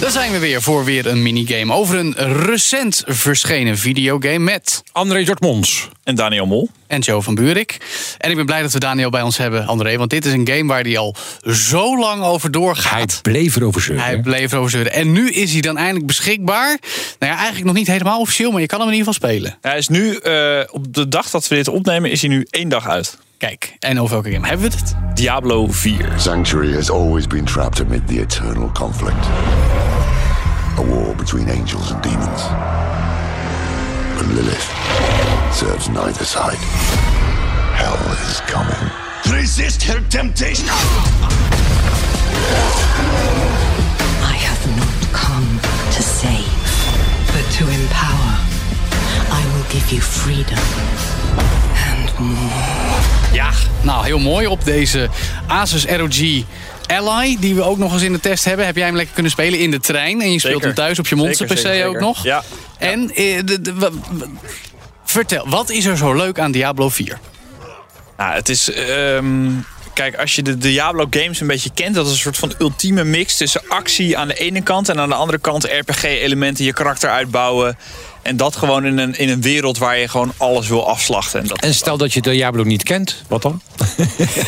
Daar zijn we weer voor weer een minigame over een recent verschenen videogame met André Dortmonds. En Daniel Mol. en Joe van Buurik. En ik ben blij dat we Daniel bij ons hebben, André. Want dit is een game waar hij al zo lang over Hij doorgaat. bleef erover zeuren. Hij bleef erover zeuren. En nu is hij dan eindelijk beschikbaar. Nou ja, eigenlijk nog niet helemaal officieel, maar je kan hem in ieder geval spelen. Hij is nu, eh, op de dag dat we dit opnemen, is hij nu één dag uit. Kijk, en over welke game hebben we het? Diablo 4. Sanctuary has always been trapped amid the eternal conflict a war between angels and demons. But Lilith serves neither side. Hell is coming. Resist her temptation. I have not come to save, but to empower. I will give you freedom and more. Ja, nou heel mooi op deze Asus ROG Ally, die we ook nog eens in de test hebben. Heb jij hem lekker kunnen spelen in de trein? En je speelt Zeker. hem thuis op je Monster PC Zeker, zeker, ook zeker. nog. Ja. En eh, de- de- wa- wa- vertel, wat is er zo leuk aan Diablo 4? Nou, het is. ehm, kijk, als je de Diablo games een beetje kent, dat is een soort van ultieme mix tussen actie aan de ene kant en aan de andere kant RPG-elementen, je karakter uitbouwen. En dat gewoon in een, in een wereld waar je gewoon alles wil afslachten. En dat, En stel dat je Diablo niet kent, wat dan?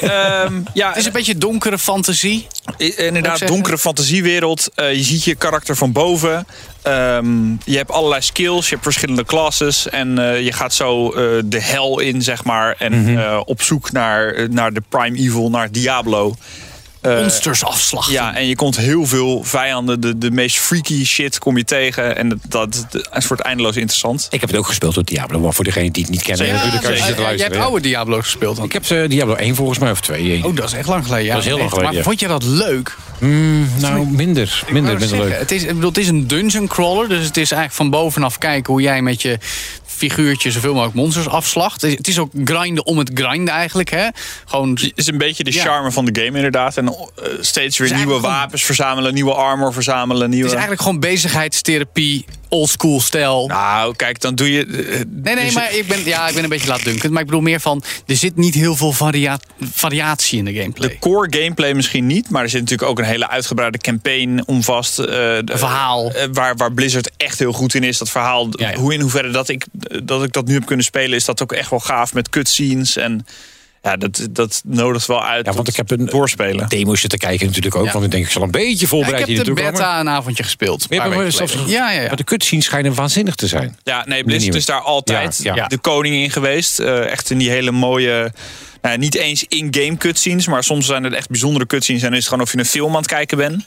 Ehm, ja, Het is een beetje donkere fantasie. I- eh, Ook Inderdaad, zeggen. donkere fantasiewereld. Eh, je ziet je karakter van boven. Ehm, je hebt allerlei skills, je hebt verschillende classes. En eh, je gaat zo eh, de hel in, zeg maar. En Mhm. eh, op zoek naar, eh, naar de Prime Evil, naar Diablo. Eh, Monsters afslag. Ja, en je komt heel veel vijanden. De, de meest freaky shit kom je tegen. En dat, dat, dat wordt eindeloos interessant. Ik heb het ook gespeeld door Diablo, maar voor degenen die het niet kennen. Ja, natuurlijk, als je ja, zit te ja, jij luisteren, hebt ja. oude Diablo's gespeeld. Ik heb ze Diablo 1 volgens mij, of eh, 2. één. Oh, dat is echt lang geleden. Ja, Dat is heel lang weet. geleden, Maar vond je dat leuk? nou, minder. Minder, Ik wou minder zeggen, leuk. Het is, ik bedoel, het is een dungeon crawler, dus het is eigenlijk van bovenaf kijken hoe jij met je figuurtje zoveel mogelijk monsters afslacht. Het is- Het is ook grinden om het grinden eigenlijk, hè? Gewoon Het is een beetje de Ja. charme van de game, inderdaad. En eh, steeds weer Het is nieuwe eigenlijk gewoon- wapens verzamelen, nieuwe armor verzamelen. Nieuwe... Het is eigenlijk gewoon bezigheidstherapie, oldschool stijl. Nou, kijk, dan doe je. eh, nee, nee, dus- maar ik ben, ja, ik ben een beetje laatdunkend. Maar ik bedoel meer van, er zit niet heel veel varia- variatie in de gameplay. De core gameplay misschien niet, maar er zit natuurlijk ook een hele uitgebreide campaign om vast. eh, de- verhaal. eh, waar, waar Blizzard echt heel goed in is. Dat verhaal, Ja, ja. hoe in hoeverre dat ik, dat ik dat nu heb kunnen spelen, is dat ook echt wel gaaf met cutscenes. En ja, dat, dat nodigt wel uit. Ja, want tot ik heb een doorspelen. Demo's zitten kijken natuurlijk ook, Ja. want ik denk, ik zal een beetje Ja, ik voorbereid heb hier de naartoe komen. beta een avondje gespeeld. een Maar, paar ja, maar, weken zelfs- geleden. ja, ja, ja. maar de cutscenes schijnen waanzinnig te zijn. Ja, nee, Blizzard Nieuwe. is daar altijd Ja, ja. de koning in geweest. Eh, echt in die hele mooie. nou ja, niet eens in-game cutscenes, maar soms zijn het echt bijzondere cutscenes. En dan is het gewoon of je een film aan het kijken bent.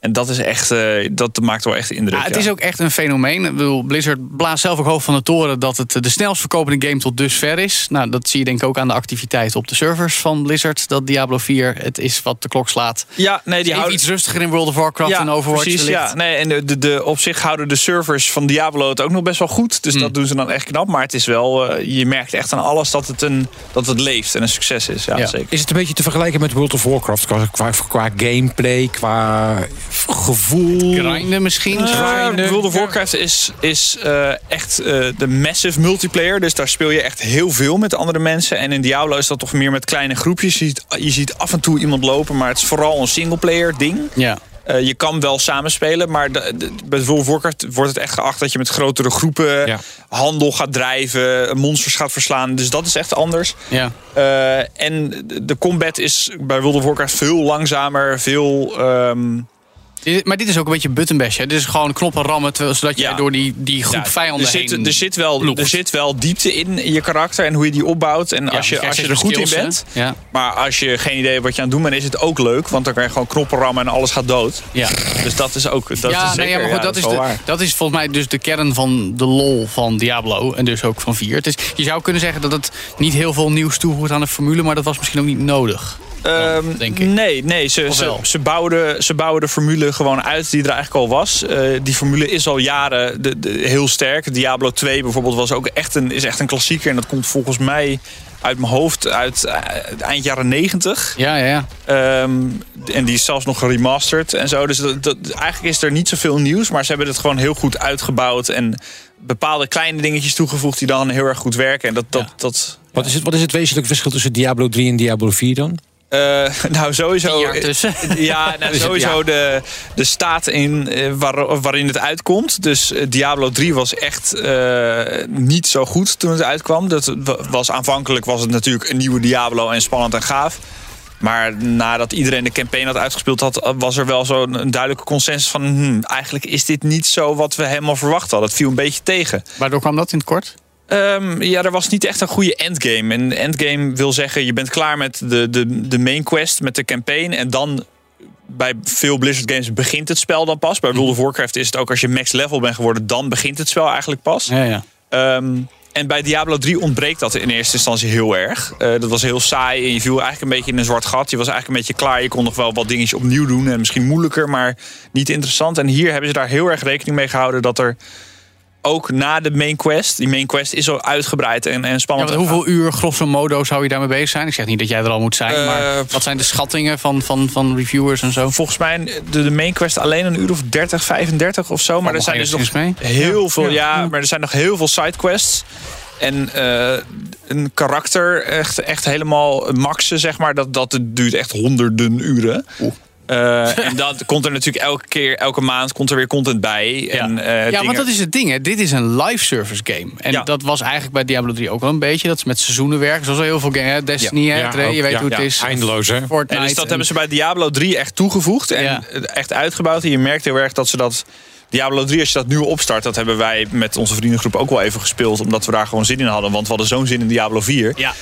En dat is echt. eh, dat maakt wel echt indruk. Ja, het is ook echt een fenomeen. Ik bedoel, Blizzard blaast zelf ook hoog van de toren dat het de snelst verkopende game tot dusver is. Nou, dat zie je denk ik ook aan de activiteit op de servers van Blizzard. Dat Diablo 4 het is wat de klok slaat. Ja, nee, Die die Even houden iets rustiger in World of Warcraft en Overwatch precies, wellicht. ja. Nee, en de, de, de- op zich houden de servers van Diablo het ook nog best wel goed. Hmm. Dus dat doen ze dan echt knap. Maar het is wel, eh, je merkt echt aan alles dat het, een, dat het leeft en een succes is. Ja, Ja. zeker. Is het een beetje te vergelijken met World of Warcraft qua, qua, qua gameplay, qua gevoel? Grinden misschien. Maar Grinden. Mm. World of Warcraft is, is eh, echt eh, de massive multiplayer. Dus daar speel je echt heel veel met andere mensen. En in Diablo is dat toch meer met kleine groepjes. Je ziet, je ziet af en toe iemand lopen, maar het is vooral een singleplayer ding. Ja. Eh, je kan wel samenspelen, maar de, de- bij World of Warcraft wordt het echt geacht dat je met grotere groepen Ja. handel gaat drijven, monsters gaat verslaan. Dus dat is echt anders. Ja. Eh, en de combat is bij World of Warcraft veel langzamer, veel. ehm, Dit- Maar dit is ook een beetje buttonbash. Hè? Dit is gewoon knoppen rammen, terwijl- zodat Ja. je door die, die groep ja, vijanden er zit, heen... er, zit wel, ploegt. er zit wel diepte in je karakter en hoe je die opbouwt. En Ja, als, je, dan als je krijg er goed skills, in hè? bent. Ja. Maar als je geen idee hebt wat je aan het doen bent, is het ook leuk. Want dan kan je gewoon knoppen rammen en alles gaat dood. ja. Dus dat is ook. Dat ja, is nee, zeker, ja, maar goed, dat, is wel de, waar. dat is volgens mij dus de kern van de lol van Diablo. En dus ook van 4. Het is, je zou kunnen zeggen dat het niet heel veel nieuws toevoegt aan de formule, maar dat was misschien ook niet nodig. Ehm, denk ik. Nee, nee ze, Of ze, wel? ze, bouwden, ze bouwden de formule formule gewoon uit die er eigenlijk al was. Eh, die formule is al jaren de, de- heel sterk. Diablo 2 bijvoorbeeld was ook echt een, is echt een klassieker. En dat komt volgens mij uit mijn hoofd uit eh, eind jaren 90. Ja, ja, ja. Ehm, en die is zelfs nog geremasterd en zo. Dus dat, dat- eigenlijk is er niet zoveel nieuws. Maar ze hebben het gewoon heel goed uitgebouwd. En bepaalde kleine dingetjes toegevoegd die dan heel erg goed werken. En dat... dat, dat Wat is, het, wat is het wezenlijke verschil tussen Diablo 3 en Diablo 4 dan? eh, nou, sowieso... Tien jaar tussen. Dus Ja, nou, sowieso De, de staat in, eh, waar- waarin het uitkomt. Dus eh, Diablo 3 was echt eh, niet zo goed toen het uitkwam. Dat wa- was, aanvankelijk was het natuurlijk een nieuwe Diablo en spannend en gaaf. Maar nadat iedereen de campaign had uitgespeeld had, was er wel zo'n een duidelijke consensus van... hmm, eigenlijk is dit niet zo wat we helemaal verwacht hadden. Het viel een beetje tegen. Waardoor kwam dat in het kort? Ehm, ja, er was niet echt een goede endgame. En endgame wil zeggen, je bent klaar met de, de, de main quest, met de campaign. En dan, bij veel Blizzard games, begint het spel dan pas. Bij World of Warcraft is het ook als je max level bent geworden, dan begint het spel eigenlijk pas. Ja, ja. Ehm, en bij Diablo 3 ontbreekt dat in eerste instantie heel erg. Eh, dat was heel saai en je viel eigenlijk een beetje in een zwart gat. Je was eigenlijk een beetje klaar. Je kon nog wel wat dingetjes opnieuw doen. En misschien moeilijker, maar niet interessant. En hier hebben ze daar heel erg rekening mee gehouden dat er ook na de main quest... Die main quest is al uitgebreid en, en Ja, spannend. want hoeveel uur, grosso modo, zou je daarmee bezig zijn? Ik zeg niet dat jij er al moet zijn, Eh, maar wat zijn de schattingen van, van, van reviewers en zo? Volgens mij de, de main quest alleen een uur of 30, 35 of zo. Maar er nog zijn dus nog enigszins heel veel. Ja, maar er zijn nog heel veel sidequests. En eh, een karakter echt, echt helemaal maxen, zeg maar. Dat, dat duurt echt honderden uren. Eh, en dan komt er natuurlijk elke keer, elke maand komt er weer content bij. En, ja, eh, dingen. ja want dat is het ding. Hè. Dit is een live service game. En Ja. dat was eigenlijk bij Diablo 3 ook wel een beetje. Dat is met seizoenen werken. Zoals al heel veel games. Destiny, Ja. hè, Ja, Trey, je ook, weet ja. hoe het Ja, is. eindeloos, hè? Fortnite. En dus dat en- hebben ze bij Diablo 3 echt toegevoegd en Ja. echt uitgebouwd. En je merkt heel erg dat ze dat. Diablo 3, als je dat nu opstart, dat hebben wij met onze vriendengroep ook wel even gespeeld. Omdat we daar gewoon zin in hadden. Want we hadden zo'n zin in Diablo 4. Ja,